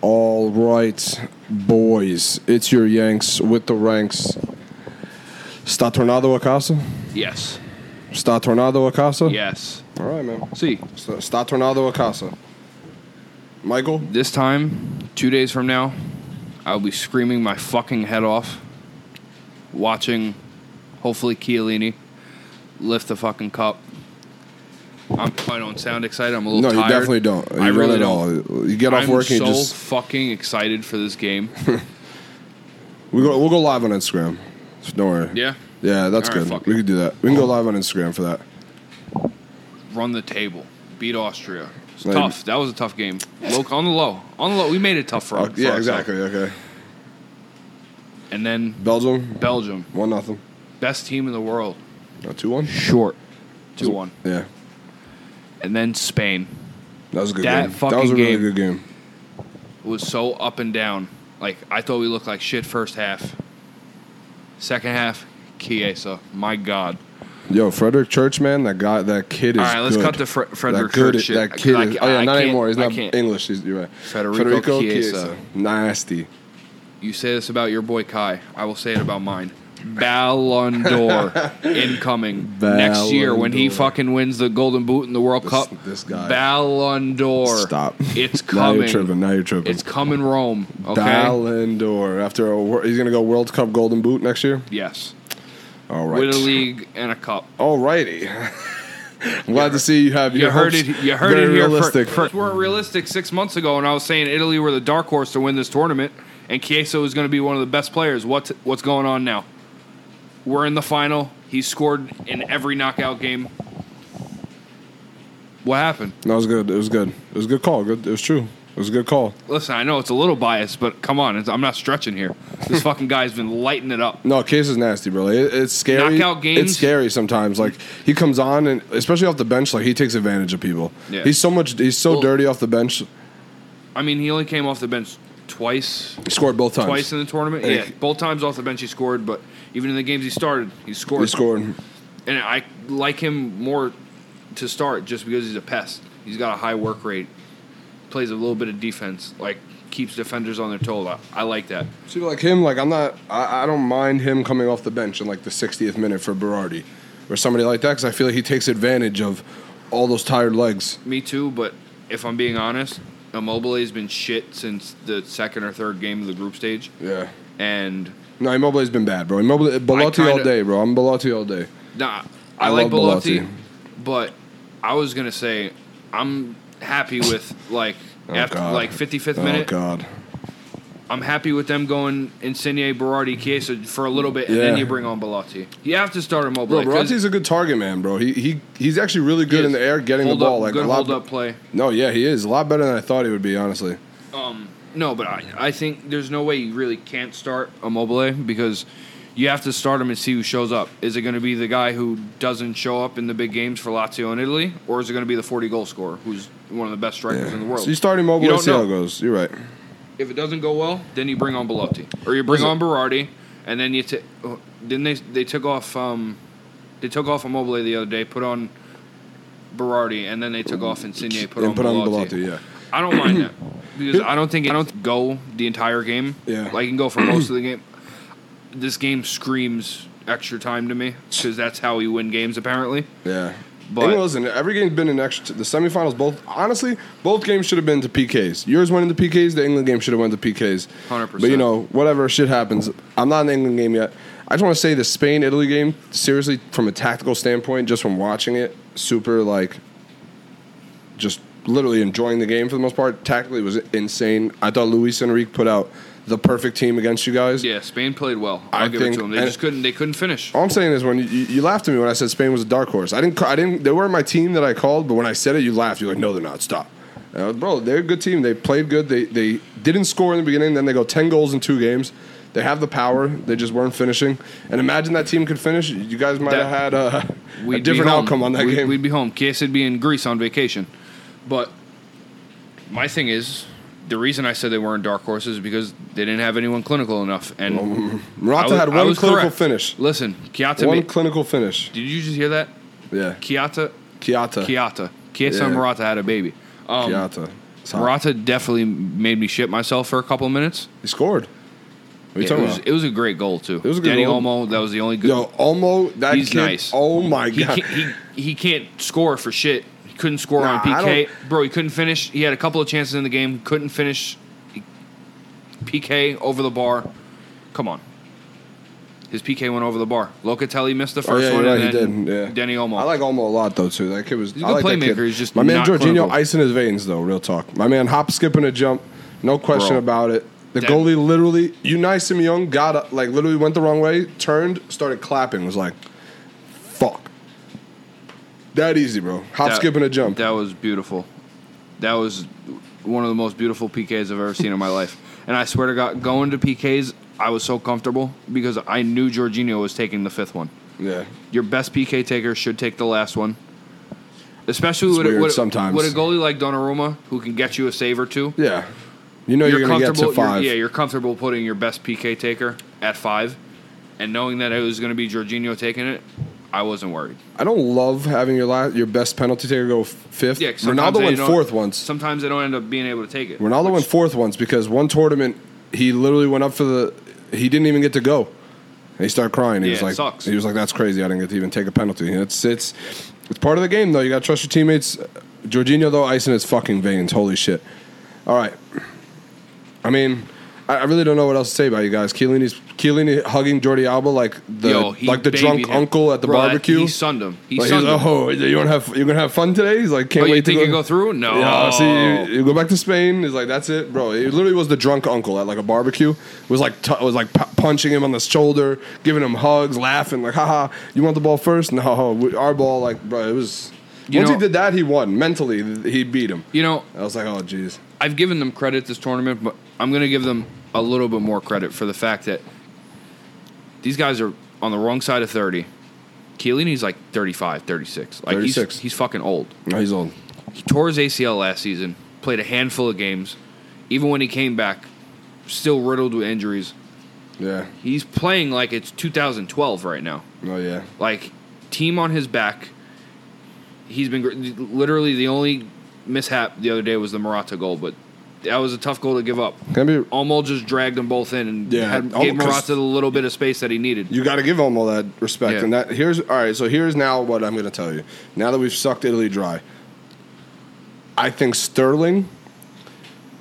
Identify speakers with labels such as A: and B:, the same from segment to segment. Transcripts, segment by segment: A: All right, boys, it's your Yanks with the ranks. Está tornado a casa?
B: Yes.
A: Está tornado a casa?
B: Yes.
A: All right, man.
B: See,
A: So, está tornado a casa. Michael?
B: this time, two days from now, I'll be screaming my fucking head off, watching, hopefully, Chiellini lift the fucking cup. I'm, I don't sound excited. I'm a
A: No,
B: little tired.
A: you definitely don't. You
B: I
A: don't
B: really
A: at all.
B: don't.
A: You get off
B: I'm
A: work and
B: so
A: you just.
B: fucking excited for this game.
A: We go, we'll go live on Instagram. So Don't worry.
B: yeah,
A: Yeah, that's
B: All right,
A: good.
B: fuck
A: we
B: it.
A: can do that. We can go live on Instagram for that.
B: run the table, beat Austria. It's
A: Maybe.
B: tough. That was a tough game. Low, on the low, on the low. We made it tough for,
A: Uh,
B: for
A: yeah,
B: ourselves.
A: exactly. Okay.
B: And then
A: Belgium,
B: Belgium,
A: 1 nothing.
B: best team in the world,
A: No, 2 1?
B: short, two one.
A: Yeah.
B: and then Spain
A: That was a good
B: That
A: game. That was a
B: fucking
A: really
B: game.
A: good game.
B: was so up and down. Like I thought we looked like shit first half. Second half, Chiesa. My God.
A: Yo, Frederick Church, man, that guy, that kid is.
B: All right, let's
A: good.
B: cut the Fre- Frederick
A: that good,
B: Church shit.
A: That kid
B: I-
A: is.
B: I-
A: Oh yeah,
B: I
A: not
B: can't-
A: anymore. He's
B: I
A: not
B: can't.
A: English. He's, you're right.
B: Federico Chiesa.
A: nasty.
B: You say this about your boy Kai. I will say it about mine. Ballon d'Or incoming next year
A: Ballon
B: when he
A: d'Or.
B: fucking wins the Golden Boot in the World
A: This-
B: Cup.
A: this guy.
B: Ballon d'Or.
A: Stop.
B: It's
A: Now
B: coming.
A: you're tripping. Now you're tripping.
B: It's coming Rome. Okay.
A: Ballon d'Or. After a, wor- he's gonna go World Cup Golden Boot next year.
B: yes.
A: All right.
B: With a league and a cup.
A: Alrighty. I'm glad to see you have
B: You
A: your
B: heard it.
A: hopes
B: You heard
A: very
B: it here.
A: realistic.
B: For, for, weren't realistic six months ago, and I was saying Italy were the dark horse to win this tournament, and Chiesa was going to be one of the best players. What's what's going on now? We're in the final. He scored in every knockout game. What happened?
A: no, it was good. It was good. It was a good call. Good. It was true. It was a good call.
B: Listen, I know it's a little biased, but come on, it's, I'm not stretching here. This fucking guy's been lighting it up.
A: No, Case is nasty, bro. Like, it- it's scary.
B: Knockout
A: It's
B: games?
A: scary sometimes. Like he comes on and especially off the bench, like he takes advantage of people.
B: Yeah.
A: He's so much. He's so
B: Well-
A: dirty off the bench. He
B: I mean, he only came off the bench twice,
A: scored both times.
B: twice in the tournament.
A: Hey.
B: Yeah, both times off the bench he scored, but even in the games he started, he scored.
A: He scored.
B: and I like him more to start just because he's a pest. He's got a high work rate, plays a little bit of defense, like keeps defenders on their toes. I, I like that.
A: See, like him, like I'm not. I, I don't mind him coming off the bench in like the 60th minute for Berardi or somebody like that because I feel like he takes advantage of all those tired legs.
B: Me too, but if I'm being honest, Immobile has been shit since the second or third game of the group stage,
A: Yeah.
B: and
A: No, Immobile's been bad, bro. Immobile, Belotti all
B: kinda-
A: day, bro. I'm Belotti all day.
B: nah,
A: I
B: I, like
A: love
B: Belotti,
A: Belotti.
B: but I was gonna say I'm happy with like
A: Oh,
B: after
A: God.
B: like 55th
A: Oh
B: minute.
A: God.
B: I'm happy with them going Insigne, Berardi, Chiesa for a little bit, and
A: Yeah.
B: then you bring on Bellotti. You have to start him
A: Bro,
B: Immobile. 'cause
A: Berardi's a good target man, bro. He he he's actually really
B: he
A: good in
B: is
A: the air, getting the
B: hold
A: ball.
B: Up,
A: like
B: good
A: a lot.
B: hold up play.
A: No, yeah, he is a lot better than I thought he would be. Honestly,
B: No, but I, I think there's no way you really can't start Immobile because you have to start him and see who shows up. Is it going to be the guy who doesn't show up in the big games for Lazio and Italy, or is it going to be the 40 goal scorer who's one of the best strikers in the world?
A: so you start Immobile
B: You
A: and
B: don't
A: see how
B: know.
A: it goes. You're right.
B: if it doesn't go well, then you bring on Belotti or you bring
A: Listen-
B: on Berardi, and then you t- oh, then they they took off um they took off Immobile the other day, put on Berardi, and then they took off Insigne, put
A: and
B: on
A: put on
B: Belotti.
A: Belotti, yeah.
B: I don't mind that because I don't think it, I don't go the entire game.
A: Yeah.
B: I can go for most of the game. This game screams extra time to me because that's how we win games apparently.
A: Yeah.
B: But-
A: England, listen, every game's been an extra. The semifinals, both honestly, both games should have been to PKs. Yours went into PKs. The England game should have went to PKs.
B: 100%.
A: But you know, whatever shit happens, I'm not in the England game yet. I just want to say the Spain Italy game. Seriously, from a tactical standpoint, just from watching it, super like, just literally enjoying the game for the most part. Tactically, it was insane. I thought Luis Enrique put out the perfect team against you guys.
B: Yeah, Spain played well. I'll
A: I
B: give
A: think-
B: it to them. They
A: and-
B: just couldn't. They couldn't finish.
A: All I'm saying is when you, you laughed at me when I said Spain was a dark horse. I didn't. ca- I didn't. They weren't my team that I called, but when I said it, you laughed. You're like, no, they're not. Stop. And I was, bro, they're a good team. They played good. They they didn't score in the beginning. Then they go ten goals in two games. They have the power. They just weren't finishing. And imagine that team could finish. You guys might
B: That-
A: have had a, a
B: We'd be
A: different
B: home.
A: outcome on that
B: we'd,
A: game.
B: We'd be home. Kiesa'd be in Greece on vacation. But my thing is, the reason I said they weren't dark horses is because they didn't have anyone clinical enough. And I
A: Morata
B: was-
A: had
B: I
A: one
B: was
A: clinical
B: correct.
A: finish.
B: Listen, Kiata.
A: One
B: made-
A: clinical finish.
B: did you just hear that?
A: Yeah,
B: Kiata,
A: Kiata.
B: Kiata, Kiesa
A: Uh, Yeah.
B: and Morata had a baby. Um,
A: Kiata. Sorry.
B: Morata definitely made me shit myself for a couple of minutes.
A: He scored. What are you
B: It
A: talking
B: was,
A: about?
B: it was a great goal too.
A: was a good
B: Danny
A: goal.
B: Olmo. That was the only good.
A: Yo, Olmo, that
B: He's
A: kid.
B: nice.
A: Oh my
B: he,
A: god.
B: can't, he he can't score for shit. He couldn't score
A: Nah,
B: on
A: I
B: PK, bro. He couldn't finish. He had a couple of chances in the game. Couldn't finish. PK over the bar. Come on. His PK went over the bar. Locatelli missed the
A: Oh,
B: first
A: yeah,
B: one,
A: you're right,
B: and
A: he
B: then
A: did. Yeah.
B: Danny Olmo.
A: I like Olmo a lot though too. That kid was.
B: He's a
A: I like
B: good
A: that kid.
B: playmaker. He's just
A: my man
B: not
A: Jorginho,
B: clinical.
A: ice in his veins though. Real talk. My man hop, skipping a jump, no question
B: Bro.
A: about it. The
B: That-
A: goalie literally, Unai Simon got up, like literally went the wrong way, turned, started clapping, was like, "Fuck." That easy, bro. Hop,
B: That-
A: skipping a jump.
B: That was beautiful. That was one of the most beautiful PKs I've ever seen in my life. And I swear to God, going to PKs, I was so comfortable because I knew Jorginho was taking the fifth one.
A: yeah.
B: Your best PK taker should take the last one. Especially
A: It's
B: with, a-
A: weird
B: with a-
A: sometimes.
B: with a goalie like Donnarumma who can get you a save or two.
A: Yeah. You know you're, gonna get to
B: comfortable. you're-
A: 5
B: yeah, you're comfortable putting your best PK taker at five, and knowing that it was going to be Jorginho taking it, I wasn't worried.
A: I don't love having your last, your best penalty taker go f- fifth.
B: Yeah, 'cause sometimes
A: Ronaldo
B: they
A: went
B: don't-
A: fourth once.
B: Sometimes they don't end up being able to take it.
A: Ronaldo
B: which-
A: went fourth once because one tournament he literally went up for the he didn't even get to go. And he started crying. He
B: Yeah,
A: was
B: it
A: like
B: sucks.
A: he was like that's crazy. I didn't get to even take a penalty. And It's it's it's part of the game though. You got to trust your teammates. Jorginho though ice in his fucking veins. Holy shit. All right. I mean, I, I really don't know what else to say about you guys. Chiellini's Chiellini hugging Jordi Alba like the
B: Yo, he
A: like the drunk
B: babied him.
A: uncle at the
B: Bro, that-
A: barbecue.
B: He sunned him. He
A: Like, he's
B: sunned
A: like,
B: him.
A: oh, you don't have you're gonna have fun today. He's like, can't
B: Oh,
A: wait
B: you
A: to
B: think
A: go.
B: you go through? No.
A: Yeah,
B: Oh.
A: see, you, you go back to Spain. He's like, that's it, bro. He literally was the drunk uncle at like a barbecue. Was like, t- was like p- punching him on the shoulder, giving him hugs, laughing like, haha. You want the ball first? No, we- our ball. Like, bro, it was.
B: You
A: once
B: know-
A: he did that, he won mentally. th- He beat him.
B: You know,
A: I was like, oh, jeez.
B: I've given them credit this tournament, but I'm going to give them a little bit more credit for the fact that these guys are on the wrong side of 30. Chiellini's like 35, 36. Like
A: 36.
B: He's, he's fucking old.
A: No, he's old.
B: He tore his ACL last season, played a handful of games. Even when he came back, still riddled with injuries.
A: Yeah.
B: He's playing like it's 2012 right now.
A: No, yeah.
B: like team on his back. He's been gr- literally the only mishap the other day was the Morata goal, but that was a tough goal to give up.
A: Can be.
B: Almo just dragged them both in and
A: Yeah,
B: had,
A: Olmo-
B: gave
A: 'cause-
B: Morata the little bit of space that he needed.
A: You got to give him all that respect.
B: Yeah.
A: And that here's all right. So here's now what I'm going to tell you. Now that we've sucked Italy dry, I think Sterling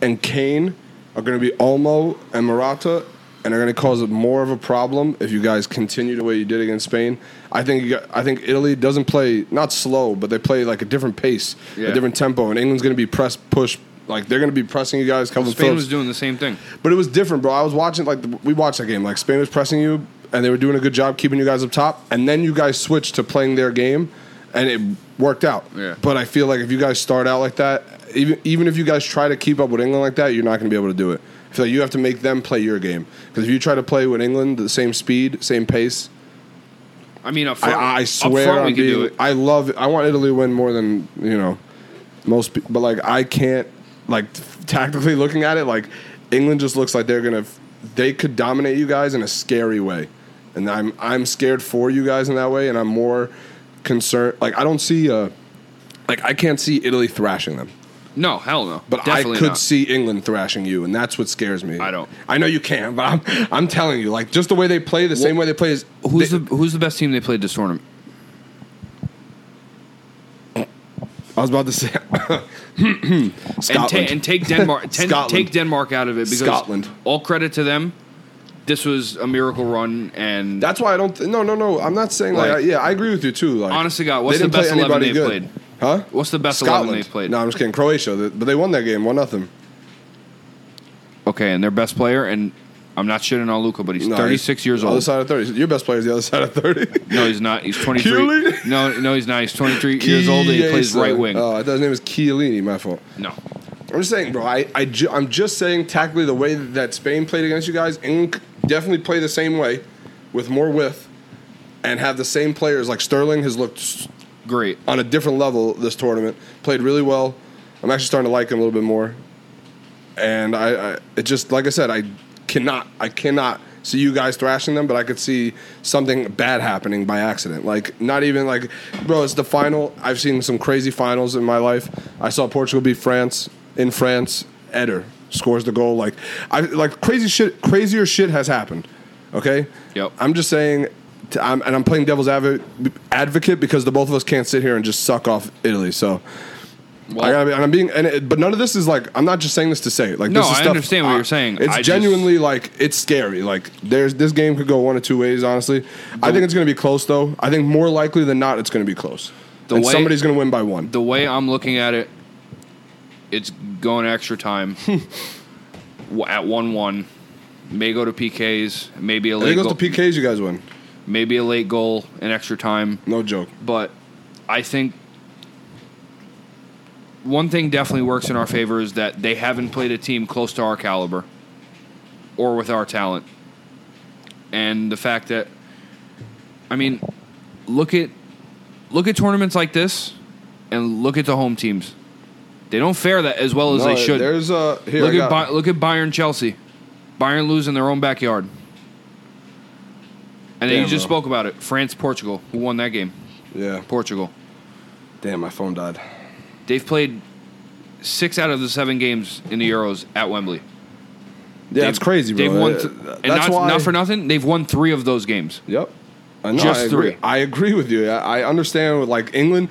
A: and Kane are going to be Olmo and Morata, and are going to cause more of a problem if you guys continue the way you did against Spain. I think you got, I think Italy doesn't play not slow, but they play like a different pace,
B: Yeah.
A: a different tempo, and England's going to be press push. Like they're going to be pressing you guys, Calvin
B: Spain
A: Phillips.
B: was doing the same thing.
A: But it was different, bro. I was watching like the, we watched that game. Like Spain was pressing you, and they were doing a good job keeping you guys up top. And then you guys switched to playing their game, and it worked out.
B: Yeah.
A: But I feel like if you guys start out like that, even even if you guys try to keep up with England like that, you're not going to be able to do it. I feel like you have to make them play your game because if you try to play with England the same speed, same pace,
B: I mean, up front,
A: I, I swear
B: up front we
A: on
B: could do
A: being,
B: it.
A: I love. I want Italy to win more than you know most. pe- But like, I can't. Like tactically looking at it, like England just looks like they're gonna. They could dominate you guys in a scary way, and I'm I'm scared for you guys in that way, and I'm more concerned. Like I don't see. Uh, like I can't see Italy thrashing them,
B: No, hell no.
A: but
B: Definitely
A: I could
B: not.
A: see England thrashing you, and that's what scares me.
B: I don't.
A: I know you can't, but I'm I'm telling you, like just the way they play, the same way they play is
B: Who's
A: they-
B: the Who's the best team they played this tournament?
A: I was about to say
B: And,
A: Scotland.
B: ta- and take Denmark. ten-
A: Scotland.
B: take Denmark out of it because
A: Scotland.
B: All credit to them. This was a miracle run, and
A: That's why I don't. Th- no, no, no. I'm not saying like,
B: Like-
A: yeah. I agree with you too. Like
B: Honest to God, what's
A: they didn't
B: the best
A: play
B: 11
A: anybody
B: they
A: good.
B: played?
A: Huh?
B: what's the best eleven
A: Scotland.
B: they played?
A: No, I'm just kidding. Croatia, They- but they won that game, one nothing.
B: Okay, and their best player, and I'm not shitting on Luca, but he's
A: No,
B: 36 years
A: Other
B: old.
A: side of thirty. Your best player is the other side of thirty.
B: No, he's not. He's 23.
A: Chiellini?
B: No, no, he's not. He's 23 years old, and he plays
A: Chiesa.
B: right wing.
A: Oh, I thought his name was Chiellini. My fault.
B: no,
A: I'm just saying, bro. I, I ju- I'm just saying tactically the way that Spain played against you guys, England c- definitely play the same way, with more width, and have the same players. Like Sterling has looked s-
B: great.
A: on a different level this tournament. Played really well. I'm actually starting to like him a little bit more. And I, I it just like I said, I cannot, I cannot see you guys thrashing them, but I could see something bad happening by accident. Like not even like, bro, it's the final. I've seen some crazy finals in my life. I saw Portugal beat France. in France, Eder scores the goal. Like I like crazy shit. Crazier shit has happened. Okay.
B: Yep.
A: I'm just saying. t- I'm, and I'm playing devil's advo- advocate because the both of us can't sit here and just suck off Italy. So
B: Well-
A: I gotta be, and I'm being, and it, but none of this is like I'm not just saying this to say it. Like
B: No,
A: this is
B: I
A: stuff-
B: understand what
A: uh,
B: you're saying.
A: It's
B: I just-
A: genuinely like it's scary. Like there's this game could go one of two ways. Honestly, I think it's gonna be close though. I think more likely than not it's gonna be close.
B: The
A: and
B: way-
A: somebody's gonna win by one.
B: the way I'm looking at it, it's going extra time W- at one one. May go to PKs, maybe a
A: I
B: late
A: think it goes
B: goal,
A: to PKs. You guys win.
B: maybe a late goal in extra time.
A: No joke.
B: But I think one thing definitely works in our favor is that they haven't played a team close to our caliber or with our talent, and the fact that I mean, look at look at tournaments like this, and look at the home teams. They don't fare that as well as
A: No,
B: they should.
A: There's a here.
B: Look
A: I
B: at
A: got-
B: Bi- look at Bayern Chelsea. Bayern lose in their own backyard. And then
A: Damn,
B: you just
A: bro.
B: spoke about it. France Portugal. Who won that game?
A: yeah.
B: Portugal.
A: Damn, my phone died.
B: They've played six out of the seven games in the Euros at Wembley.
A: Yeah, it's crazy, bro.
B: They've won
A: Uh,
B: th-
A: that's
B: and not,
A: why.
B: not for nothing, they've won three of those games.
A: Yep. I know,
B: Just
A: I agree.
B: three.
A: I agree with you. I, I understand with like England,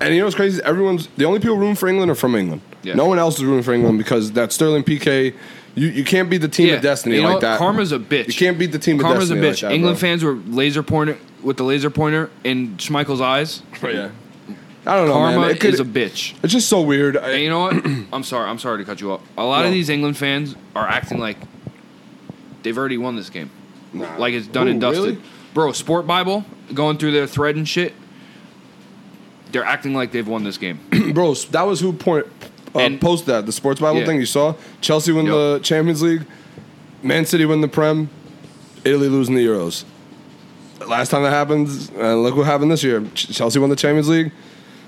A: and you know what's crazy? Everyone's the only people rooting for England are from England.
B: Yeah.
A: No one else is rooting for England because that Sterling PK. You, you can't beat the team
B: Yeah.
A: of destiny
B: You know
A: like
B: what?
A: that.
B: Karma's a bitch.
A: You can't beat the team
B: Karma's
A: of destiny.
B: a bitch.
A: like that,
B: England
A: bro.
B: fans were laser pointer with the laser pointer in Schmeichel's eyes.
A: Yeah. I don't know,
B: Karma
A: Oh, man. It could,
B: is a bitch.
A: it's just so weird. I-
B: And you know what? I'm sorry. I'm sorry to cut you off. A lot of
A: No.
B: these England fans are acting like they've already won this game.
A: Nah.
B: Like it's done
A: Ooh,
B: and dusted.
A: really?
B: Bro, Sport Bible going through their thread and shit. They're acting like they've won this game.
A: bro. s- That was who point uh,
B: And-
A: posted that the Sports Bible
B: Yeah.
A: thing you saw. Chelsea win
B: Yep.
A: the Champions League, Man City win the Prem, Italy losing the Euros. Last time that happens, and look what happened this year. Ch- Chelsea won the Champions League,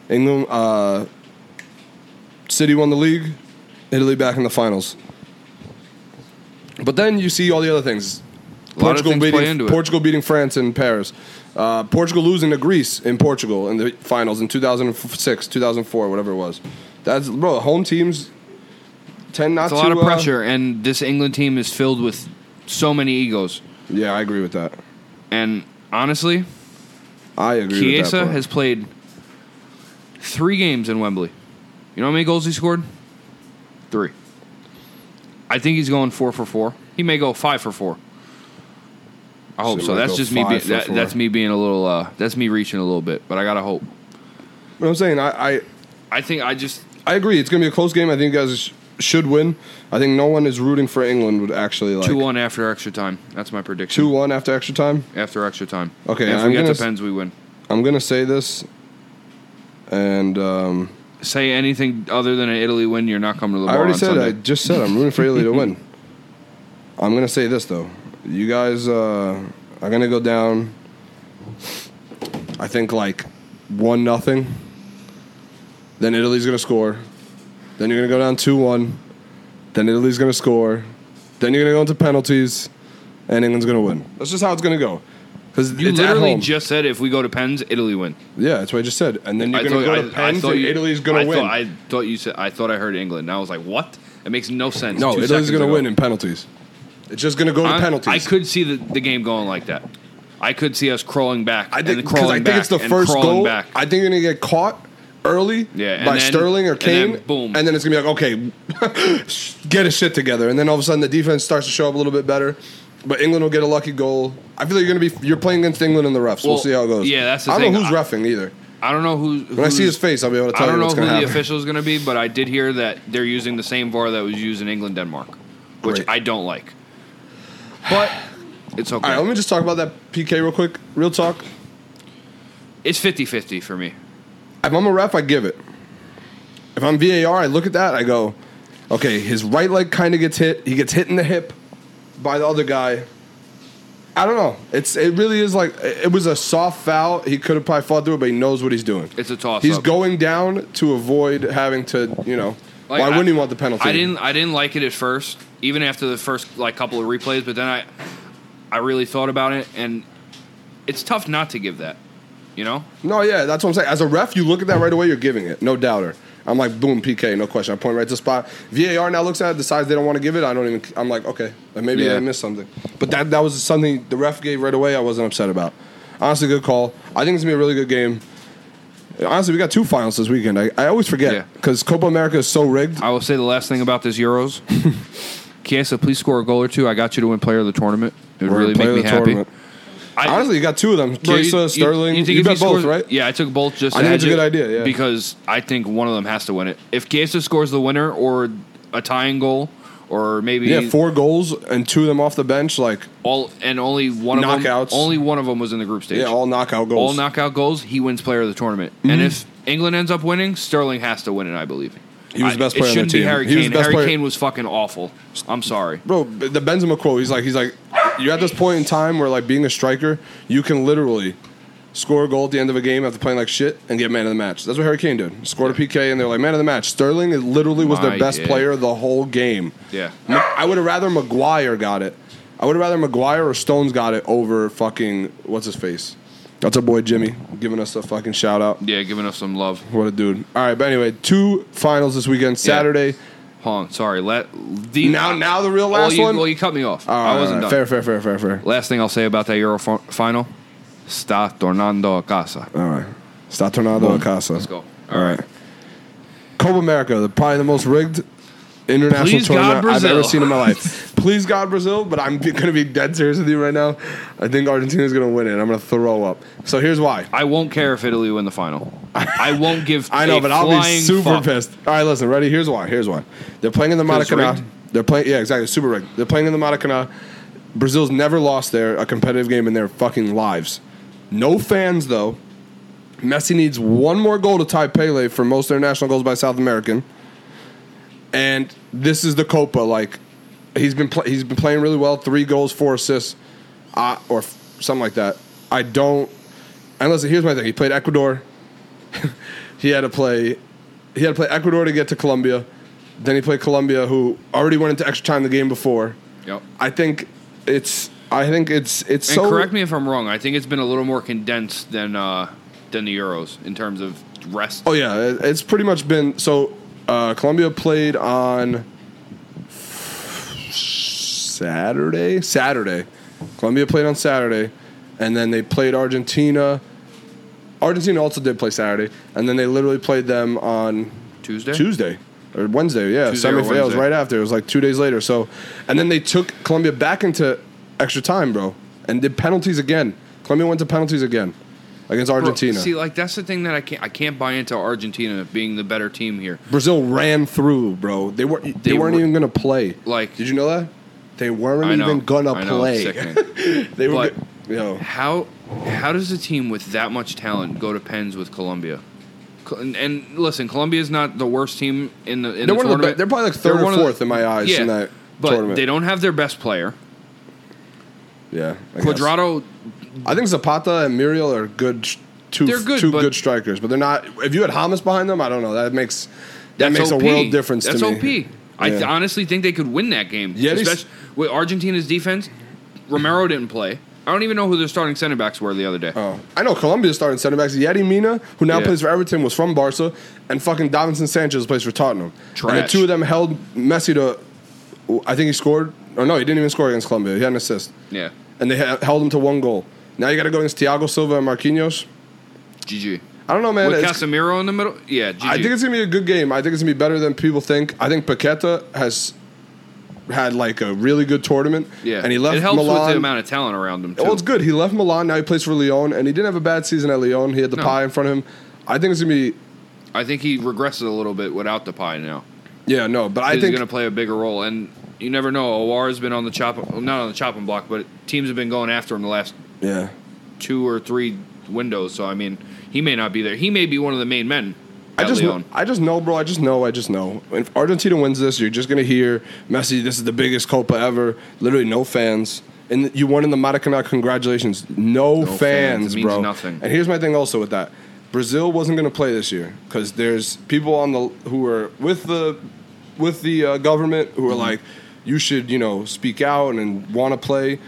A: England, uh, City won the league, Italy back in the finals. But then you see all the other things.
B: lot of
A: Portugal
B: things play into
A: beating
B: it.
A: Portugal beating France in Paris. Uh, Portugal losing to Greece in Portugal in the finals in 2006, 2004, whatever it was. That's bro, home teams tend not
B: It's a
A: to
B: lot of
A: uh,
B: pressure, and this England team is filled with so many egos.
A: yeah, I agree with that.
B: And honestly,
A: I agree with that.
B: Chiesa
A: bro.
B: has played three games in Wembley. You know how many goals he scored? Three. I think he's going four for four. He may go five for four. I hope
A: So he
B: so.
A: might
B: That's
A: go
B: just me.
A: five
B: Be,
A: for
B: that,
A: four.
B: that's me being a little. Uh, that's me reaching a little bit, but I gotta hope.
A: But I'm saying I, I
B: I think I just
A: I agree. It's gonna be a close game. I think you guys sh- should win. I think no one is rooting for England would actually like
B: two one after extra time. That's my prediction.
A: two one after extra time.
B: after extra time.
A: Okay,
B: And if
A: I'm
B: we get
A: gonna
B: the
A: s-
B: pens, we win.
A: I'm gonna say this, and um,
B: Say anything other than an Italy win, you're not coming to the
A: I
B: bar
A: already
B: on
A: said
B: Sunday.
A: I just said I'm rooting for Italy to win. I'm gonna say this though. You guys uh, are gonna go down. I think like one nothing. Then Italy's gonna score. Then you're gonna go down two one. Then Italy's gonna score. Then you're gonna go into penalties, and England's gonna win. That's just how it's gonna go. Because
B: You
A: it's at
B: literally
A: home.
B: just said if we go to pens, Italy win.
A: yeah, that's what I just said. And then you're
B: I
A: gonna
B: thought-
A: go
B: I-
A: to
B: I
A: pens,
B: thought
A: and
B: you-
A: Italy's gonna
B: I
A: win.
B: Thought, I thought you said. I thought I heard England. And I was like, what? It makes no sense.
A: no,
B: Two
A: Italy's
B: seconds
A: gonna
B: ago.
A: win in penalties. It's just gonna go to
B: I-
A: penalties.
B: I could see the, the game going like that. I could see us crawling back.
A: I think
B: and
A: because
B: crawling
A: I think
B: back
A: it's the
B: and
A: first
B: crawling
A: goal.
B: Back.
A: I think you're gonna get caught early
B: Yeah, and
A: by
B: then-
A: Sterling or
B: and then
A: Kane,
B: boom.
A: and then it's gonna be like, okay, get his shit together, and then all of a sudden the defense starts to show up a little bit better. But England will get a lucky goal. I feel like you're gonna be you're playing against England and the refs. We'll,
B: Well,
A: see how it goes.
B: yeah, that's the
A: I don't know
B: thing.
A: who's refing either.
B: I don't know who.
A: When I see his face, I'll be able to
B: I
A: tell
B: don't
A: you
B: know
A: what's
B: who
A: gonna
B: the
A: happen.
B: official is going to be, but I did hear that they're using the same VAR that was used in England Denmark, which
A: Great.
B: I don't like. But it's okay.
A: all right, let me just talk about that PK real quick. Real talk.
B: it's 50-50 for me.
A: If I'm a ref, I give it. If I'm VAR, I look at that. I go, okay, his right leg kind of gets hit. He gets hit in the hip by the other guy. I don't know. It's it really is like it it was a soft foul. He could have probably fought through it, but he knows what he's doing.
B: It's a toss-up.
A: He's going down to avoid having to, you know.
B: Like,
A: why
B: I-
A: wouldn't he want the penalty?
B: I didn't. I didn't like it at first, even after the first like couple of replays. But then I, I really thought about it, and it's tough not to give that. You know,
A: No, yeah, that's what I'm saying. As a ref, you look at that right away. You're giving it, no doubter. I'm like, boom, PK, no question. I point right to the spot. VAR now looks at it, decides they don't want to give it. I don't even. I'm like, okay, then maybe
B: Yeah.
A: I missed something. But that that was something the ref gave right away. I wasn't upset about. Honestly, good call. I think it's gonna be a really good game. Honestly, we got two finals this weekend. I, I always
B: Yeah.
A: forget because Copa America is so rigged.
B: I will say the last thing about this Euros. Kiesa, please score a goal or two. I got you to win player of the tournament. It would
A: We're
B: really
A: player of
B: make
A: the
B: me happy.
A: tournament.
B: I-
A: Honestly, you got two of them.
B: Bro, you-
A: Kiesa,
B: you-
A: Sterling. You,
B: think if he
A: got both,
B: scores-
A: right?
B: Yeah, I took both just.
A: I
B: to
A: think
B: hedge
A: it's a
B: it
A: good idea, yeah.
B: because I think one of them has to win it. If Kiesa scores the winner or a tying goal, or maybe
A: Yeah, four goals and two of them off the bench. Like,
B: all and only one
A: Knockouts.
B: of them, only one of them was in the group stage.
A: yeah, all knockout goals.
B: All knockout goals, he wins player of the tournament.
A: Mm-hmm.
B: And if England ends up winning, Sterling has to win it. I believe
A: He was the best
B: I-
A: player
B: It
A: on their
B: shouldn't be
A: team.
B: Harry
A: He was the
B: Kane.
A: best
B: Harry
A: player.
B: Kane was fucking awful. I'm sorry.
A: Bro, the Benzema quote. He's like, he's like, you're at this point in time where like being a striker, you can literally score a goal at the end of a game after playing like shit and get man of the match. That's what Harry Kane did. Scored a PK and they're like man of the match. Sterling is literally was
B: My
A: their best
B: dick.
A: player the whole game.
B: Yeah.
A: Ma- I would have rather Maguire got it. I would have rather Maguire or Stones got it over fucking what's his face. That's our boy Jimmy giving us a fucking shout out.
B: Yeah, giving us some love.
A: What a dude. All right, but anyway, two finals this weekend. Saturday.
B: Hold on, sorry. Let the
A: Now, now the real
B: well,
A: last
B: you,
A: one.
B: well, you cut me off.
A: All
B: I
A: right,
B: wasn't
A: all
B: done.
A: right. Fair, fair, fair, fair, fair.
B: Last thing I'll say about that Euro fi- final: Está tornando a casa.
A: All right. Está tornado a casa.
B: Let's go.
A: All right. Copa America, the, probably the most rigged international
B: Please God,
A: tournament I've ever
B: Brazil.
A: seen in my life. Please God, Brazil, but I'm going to be dead serious with you right now. I think Argentina's going to win it. I'm going to throw up. So here's why.
B: I won't care if Italy win the final. I won't give.
A: I know,
B: a
A: but I'll be
B: flying
A: super
B: fuck.
A: pissed. All right, listen, ready? Here's why. Here's why. They're playing in the
B: 'Cause it's
A: Maracanã.
B: rigged?
A: They're playing, yeah, exactly. Super rigged. They're playing in the Maracanã. Brazil's never lost there a competitive game in their fucking lives. No fans though. Messi needs one more goal to tie Pele for most international goals by South American. And this is the Copa. Like he's been pl- he's been playing really well. Three goals, four assists, uh, or f- something like that. I don't. And listen, here's my thing. He played Ecuador. he had to play. He had to play Ecuador to get to Colombia. Then he played Colombia, who already went into extra time the game before.
B: Yep.
A: I think it's. I think it's. It's
B: And
A: so.
B: correct me if I'm wrong. I think it's been a little more condensed than uh, than the Euros in terms of rest.
A: Oh yeah, it- it's pretty much been so. Uh, Columbia played on Saturday. Saturday, Columbia played on Saturday, and then they played Argentina. Argentina also did play Saturday, and then they literally played them on
B: Tuesday.
A: Tuesday or Wednesday. Yeah,
B: Tuesday
A: semi
B: or
A: yeah, it was
B: Wednesday.
A: right after. It was like two days later. So, and then they took Colombia back into extra time, bro, and did penalties again. Colombia went to penalties again against
B: Bro,
A: Argentina.
B: See, like that's the thing that I can't I can't buy into Argentina being the better team here.
A: Brazil ran through, bro. They weren't. They,
B: They
A: weren't
B: were-
A: even gonna play.
B: like-
A: did you know that? They weren't
B: I know,
A: even gonna
B: I know,
A: play.
B: sickening.
A: they were.
B: But-
A: go- yo,
B: How how does a team with that much talent go to pens with Colombia? Col- And, and listen, Colombia is not the worst team in the in
A: They're
B: the
A: one of the
B: tournament.
A: be- they're probably like third or
B: one of the-
A: fourth in my eyes in that
B: but
A: tournament.
B: they don't have their best player.
A: yeah. I guess.
B: Quadrado,
A: I think Zapata and Muriel are good. sh- Two,
B: They're good,
A: two
B: but-
A: good strikers, but they're not. If you had Hamas behind them, I don't know. That makes that
B: that's
A: makes
B: OP.
A: a world difference
B: That's
A: to me.
B: OP. I th-
A: Yeah.
B: honestly think they could win that game.
A: Yeah, they s-
B: especially with Argentina's defense. Romero didn't play. I don't even know who their starting center backs were the other day.
A: Oh. I know Colombia's starting center backs. Yeti Mina, who now
B: Yeah.
A: plays for Everton, was from Barca, and fucking Davinson Sanchez plays for Tottenham. And the
B: Trash.
A: two of them held Messi to, I think he scored. Or no, he didn't even score against Colombia. He had an assist,
B: yeah,
A: and they ha- held him to one goal. Now you got to go against Thiago Silva and Marquinhos.
B: GG.
A: I don't know, man.
B: with
A: It's-
B: Casemiro in the middle, yeah. GG.
A: I think it's gonna be a good game. I think it's gonna be better than people think. I think Paqueta has had like a really good tournament.
B: yeah,
A: and he left
B: It helps
A: Milan.
B: with the amount of talent around him. Too.
A: Well, it's good. He left Milan. Now he plays for Lyon, and he didn't have a bad season at Lyon. He had the
B: No.
A: pie in front of him. I think it's gonna be.
B: I think he regresses a little bit without Depay now.
A: Yeah, no, but I
B: He's
A: think
B: going to play a bigger role, and you never know. OR has been on the chop, well, not on the chopping block, but teams have been going after him the last
A: yeah,
B: two or three windows. So I mean, he may not be there. He may be one of the main men.
A: I
B: at
A: just
B: Lyon.
A: I just know, bro. I just know. I just know. If Argentina wins this, you're just gonna hear Messi. This is the biggest Copa ever. Literally no fans. And you won in the Maracanã. Congratulations. No,
B: fans.
A: fans,
B: It means
A: bro.
B: nothing.
A: And here's my thing also with that. Brazil wasn't going to play this year because there's people on the who were with the with the uh, government who were like, you should you know speak out and want to play,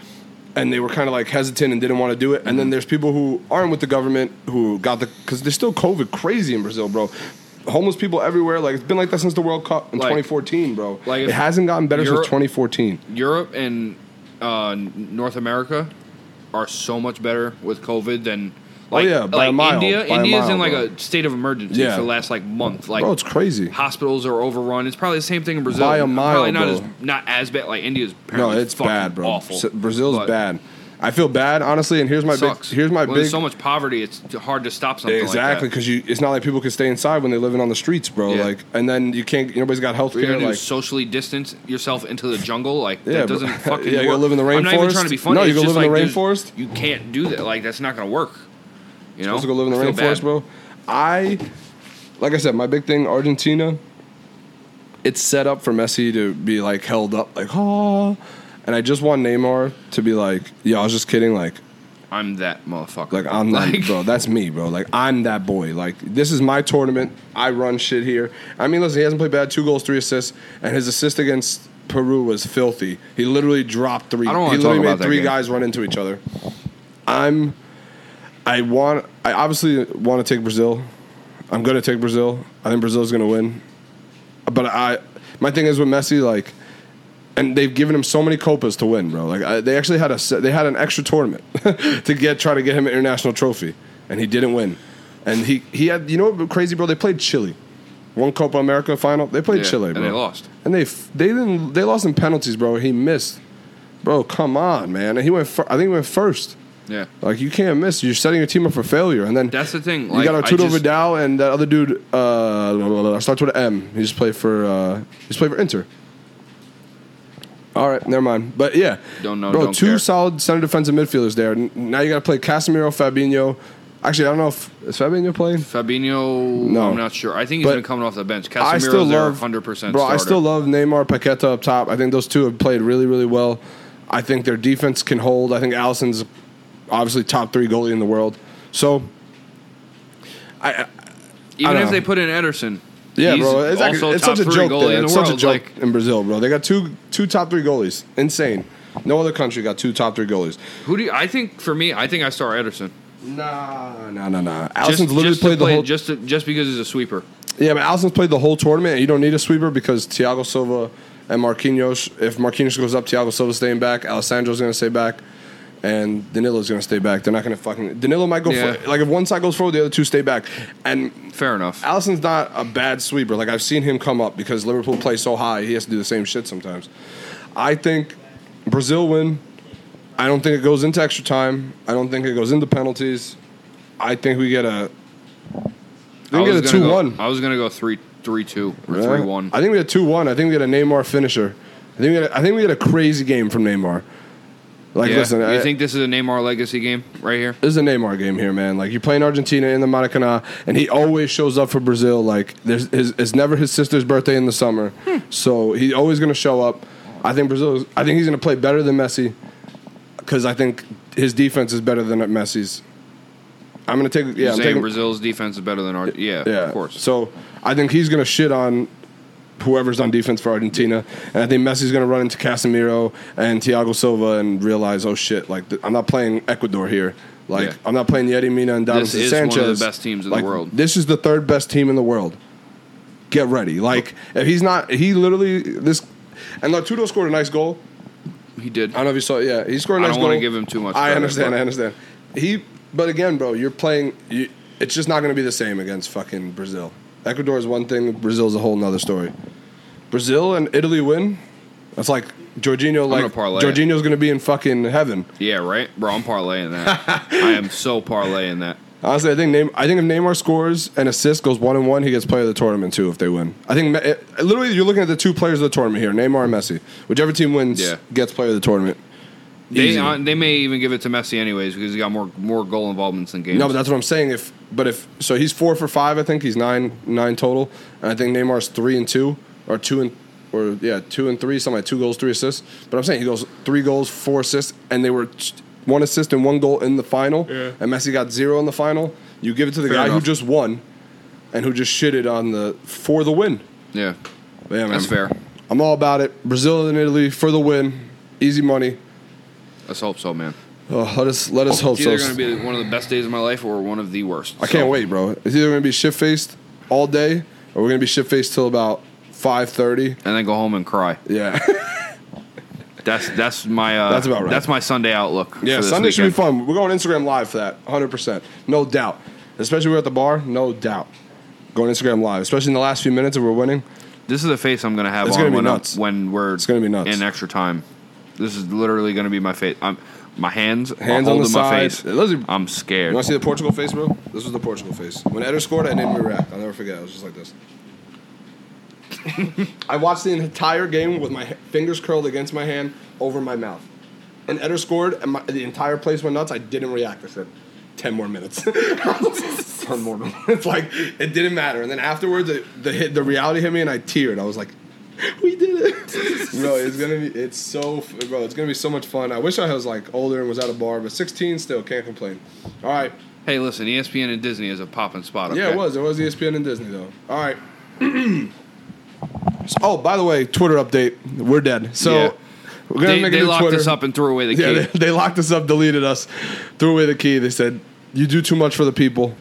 A: and they were kind of like hesitant and didn't want to do it.
B: Mm-hmm.
A: And then there's people who aren't with the government who got the because there's still COVID crazy in Brazil, bro. homeless people everywhere. Like it's been like that since the World Cup in
B: Like-
A: 2014, bro.
B: like
A: it
B: if
A: hasn't gotten better since
B: Europe-
A: 2014.
B: Europe and uh, n- North America are so much better with COVID than like,
A: Oh, yeah, by
B: like
A: a mile,
B: India.
A: by a
B: India's
A: mile,
B: in like
A: bro.
B: a state of emergency
A: Yeah.
B: for the last like month. Like
A: Bro, it's crazy.
B: hospitals are overrun. It's probably the same thing in Brazil.
A: By a mile,
B: probably not
A: bro.
B: as not as bad. Like India's
A: No,
B: apparently
A: it's
B: fucking
A: bad, bro.
B: Awful.
A: S- Brazil's
B: But
A: bad. I feel bad, honestly. And here's my
B: it Sucks.
A: big. Here's my
B: when
A: big.
B: There's so much poverty. It's hard to stop something.
A: exactly,
B: Like that.
A: because you. It's not like people can stay inside when they're living on the streets, bro.
B: Yeah.
A: Like, and then you can't. Nobody's got health
B: You're
A: care.
B: gonna do
A: Like,
B: socially distance yourself into the jungle, like
A: Yeah, bro.
B: that doesn't fucking.
A: Yeah, you
B: work.
A: go live in the
B: I'm not even
A: rainforest?
B: trying to be funny.
A: No, you
B: It's
A: go
B: just
A: live in the
B: like there's-
A: forest?
B: You can't do that. Like that's not gonna work. You know,
A: supposed to go live in
B: I
A: the
B: feel
A: rainforest,
B: bad.
A: bro. I, like I said, my big thing, Argentina. It's set up for Messi to be like held up, like ah, and I just want Neymar to be like, yeah, I was just kidding, like
B: I'm that motherfucker.
A: Like I'm like, bro, that's me, bro. Like I'm that boy. Like this is my tournament. I run shit here. I mean, listen, he hasn't played bad. Two goals, three assists, and his assist against Peru was filthy. He literally dropped three.
B: I don't wanna
A: he
B: talk
A: literally
B: about
A: made
B: that
A: three
B: game.
A: guys run into each other. I'm. I want. I obviously want to take Brazil. I'm gonna take Brazil. I think Brazil's gonna win. But I, my thing is with Messi, like, and they've given him so many copas to win, bro. Like I, they actually had a se- they had an extra tournament to get try to get him an international trophy, and he didn't win. And he he had you know what crazy bro? They played Chile, one Copa America final. They played
B: Yeah,
A: Chile,
B: and
A: bro,
B: they lost.
A: And they f- they didn't they lost in penalties, bro. He missed, bro. Come on, man. And he went. Fir- I think he went first.
B: yeah.
A: Like you can't miss. You're setting your team up for failure, and then
B: That's the thing,
A: you
B: like,
A: got
B: I
A: Arturo
B: just-
A: Vidal and that other dude. Uh, blah, blah, blah, starts with an M. He just played for. Uh, he's played for Inter. All right, never mind. But yeah,
B: Don't know,
A: bro.
B: don't
A: two
B: care.
A: solid center defensive midfielders there. N- Now you got to play Casemiro, Fabinho. Actually, I don't know if is Fabinho playing.
B: Fabinho,
A: No.
B: I'm not sure. I think he's
A: But
B: been coming off the bench. Casemiro's
A: I still
B: their
A: love
B: 100 percent.
A: Bro, I still love Neymar, Paqueta up top. I think those two have played really, really well. I think their defense can hold. I think Allison's obviously top three goalie in the world. So. I, I-
B: even
A: don't
B: if
A: know.
B: they put in Ederson.
A: Yeah,
B: he's
A: bro, it's, like,
B: also
A: it's
B: top
A: such a
B: three
A: joke.
B: goalie
A: There.
B: in the
A: It's
B: world.
A: such a joke
B: Like,
A: in Brazil, bro. They got two two top three goalies. Insane. No other country got two top three goalies.
B: who do you, I think? For me, I think I start Ederson.
A: Nah, nah, nah, nah.
B: Just,
A: Allison's literally
B: just to
A: played the
B: play-
A: whole.
B: just to, just because he's a sweeper.
A: yeah, but Allison's played the whole tournament, and you don't need a sweeper because Thiago Silva and Marquinhos. If Marquinhos goes up, Thiago Silva's staying back. Alessandro's going to stay back, and Danilo's going to stay back. They're not going to fucking. Danilo might go
B: Yeah.
A: for like if one side goes forward, the other two stay back, and
B: Fair enough.
A: Allison's not a bad sweeper. Like I've seen him come up because Liverpool plays so high, he has to do the same shit sometimes. I think Brazil win. I don't think it goes into extra time. I don't think it goes into penalties. I think we get a.
B: I
A: I think we
B: was
A: get a
B: gonna
A: two
B: go-
A: one.
B: I was gonna go three three two or three one.
A: I think we get a two one. I think we get a Neymar finisher. I think we get. A, I think we get a crazy game from Neymar. Like
B: yeah.
A: listen,
B: you
A: I,
B: think this is a Neymar legacy game right here?
A: this is a Neymar game here, man. Like you're playing Argentina in the Maracanã, and he always shows up for Brazil. Like there's his, it's never his sister's birthday in the summer,
B: Hmm.
A: so he's always going to show up. I think Brazil. Is, I think he's going to play better than Messi because I think his defense is better than Messi's. I'm going to take yeah.
B: You're
A: I'm
B: saying
A: taking,
B: Brazil's defense is better than our. Yeah,
A: yeah,
B: of course.
A: So I think he's going to shit on whoever's on defense for Argentina, and I think Messi's going to run into Casemiro and Thiago Silva and realize, oh shit, like th- I'm not playing Ecuador here. Like
B: Yeah.
A: I'm not playing Yeti Mina and Donaldson
B: is one of
A: Sanchez.
B: the best teams in the
A: Like,
B: world.
A: This is the third best team in the world. Get ready. Like if he's not, he literally this. And Lartudo scored a nice goal.
B: he did.
A: I don't know if you saw. it. Yeah, he scored a
B: I
A: nice
B: don't wanna
A: goal.
B: give him too much
A: I
B: credit,
A: understand.
B: but-
A: I understand. He, but again, bro, you're playing. You, it's just not going to be the same against fucking Brazil. Ecuador is one thing. Brazil is a whole nother story. Brazil and Italy win. That's like Jorginho. Like
B: gonna parlay it.
A: Jorginho's going to be in fucking heaven.
B: Yeah, right, bro. I'm parlaying that. I am so parlaying that.
A: Honestly, I think Neym- I think if Neymar scores and assists goes one and one, he gets player of the tournament too. If they win, I think Me- it, literally you're looking at the two players of the tournament here: Neymar and Messi. Whichever team wins
B: Yeah.
A: gets player of the tournament.
B: They
A: Easy.
B: uh, they may even give it to Messi anyways because he got more more goal involvements than games.
A: No, but that's what I'm saying. If but if so, he's four for five. I think he's nine nine total, and I think Neymar's three and two or two and or yeah two and three, something like two goals, three assists. But I'm saying he goes three goals, four assists, and they were t- one assist and one goal in the final, and Messi got zero in the final. You give it to the
B: Fair
A: guy
B: enough.
A: who just won, and who just shitted on the for the win.
B: yeah,
A: But yeah, man,
B: that's fair.
A: I'm all about it. Brazil and Italy for the win, easy money.
B: Let's hope so, man.
A: Oh, let us let us hope
B: It's either
A: so.
B: going to be one of the best days of my life or one of the worst.
A: I can't wait, bro. It's either gonna be shit faced all day Or we're gonna be shit faced till about five thirty.
B: and then go home and cry.
A: Yeah,
B: That's that's my uh,
A: That's about right.
B: That's my Sunday outlook.
A: yeah.
B: for this
A: Sunday should be
B: weekend.
A: fun. We're going Instagram live for that, hundred percent, no doubt. Especially we're at the bar, no doubt. Going Instagram live, especially in the last few minutes if we're winning.
B: This is the face I'm gonna have
A: It's
B: on
A: gonna be
B: when, I'm-
A: nuts.
B: when we're
A: It's gonna be nuts.
B: in extra time. This is literally gonna be my face. I'm my hands are
A: Hands on the
B: holding my
A: side.
B: face.
A: Listen,
B: I'm
A: You
B: scared.
A: want to see the Portugal face, bro? This was the Portugal face. When Eder scored, I didn't react. I'll never forget. I was just like this. I watched the entire game with my h- fingers curled against my hand over my mouth. And Eder scored, and my, the entire place went nuts. I didn't react. I said, 10 more minutes. 10 more minutes. like, it didn't matter. And then afterwards, it, the, hit, the reality hit me, and I teared. I was like, we did it, bro. It's gonna be, it's so, f- bro. It's gonna be so much fun. I wish I was like older and was at a bar, but 16 still can't complain. All right,
B: Hey, listen, E ESPN and Disney is a popping spot. Okay?
A: yeah, it was. E It was ESPN and Disney, though. All right. So- oh, by the way, Twitter update. We're dead. So
B: Yeah.
A: we're gonna
B: They,
A: make a
B: they
A: new
B: locked
A: Twitter.
B: us up and threw away the
A: Yeah,
B: key.
A: they, they locked us up, deleted us, threw away the key. They said, "You do too much for the people."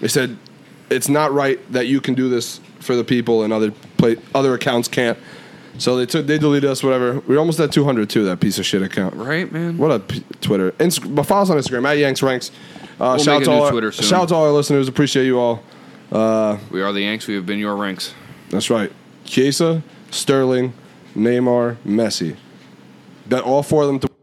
A: They said, "It's not right that you can do this for the people and other play, other accounts can't." So they took they deleted us. Whatever. We are almost at 200 too. That piece of shit account.
B: right, man.
A: What a p- Twitter. Inst- but follow us on Instagram at Yanks Ranks. Uh,
B: We'll
A: shout
B: make
A: out to
B: a new
A: all our,
B: Twitter soon.
A: shout out to all our listeners. Appreciate you all.
B: We are the Yanks. We have been your ranks.
A: That's right. Chiesa, Sterling, Neymar, Messi. That all four of them. Th-